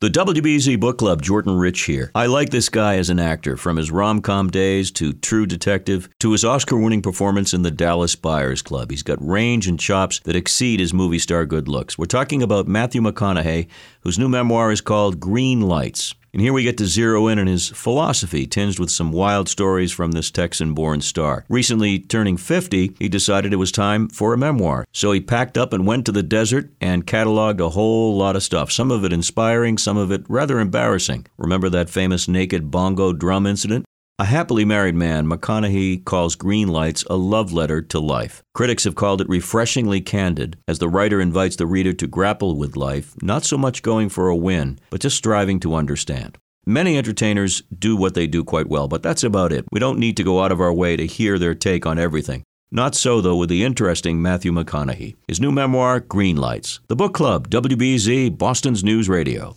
The WBZ Book Club, Jordan Rich here. I like this guy as an actor, from his rom com days to True Detective to his Oscar winning performance in the Dallas Buyers Club. He's got range and chops that exceed his movie star good looks. We're talking about Matthew McConaughey, whose new memoir is called Green Lights. And here we get to zero in on his philosophy, tinged with some wild stories from this Texan born star. Recently turning 50, he decided it was time for a memoir. So he packed up and went to the desert and cataloged a whole lot of stuff, some of it inspiring, some of it rather embarrassing. Remember that famous naked bongo drum incident? A happily married man, McConaughey calls Green Lights a love letter to life. Critics have called it refreshingly candid, as the writer invites the reader to grapple with life, not so much going for a win, but just striving to understand. Many entertainers do what they do quite well, but that's about it. We don't need to go out of our way to hear their take on everything. Not so, though, with the interesting Matthew McConaughey. His new memoir, Green Lights. The Book Club, WBZ, Boston's News Radio.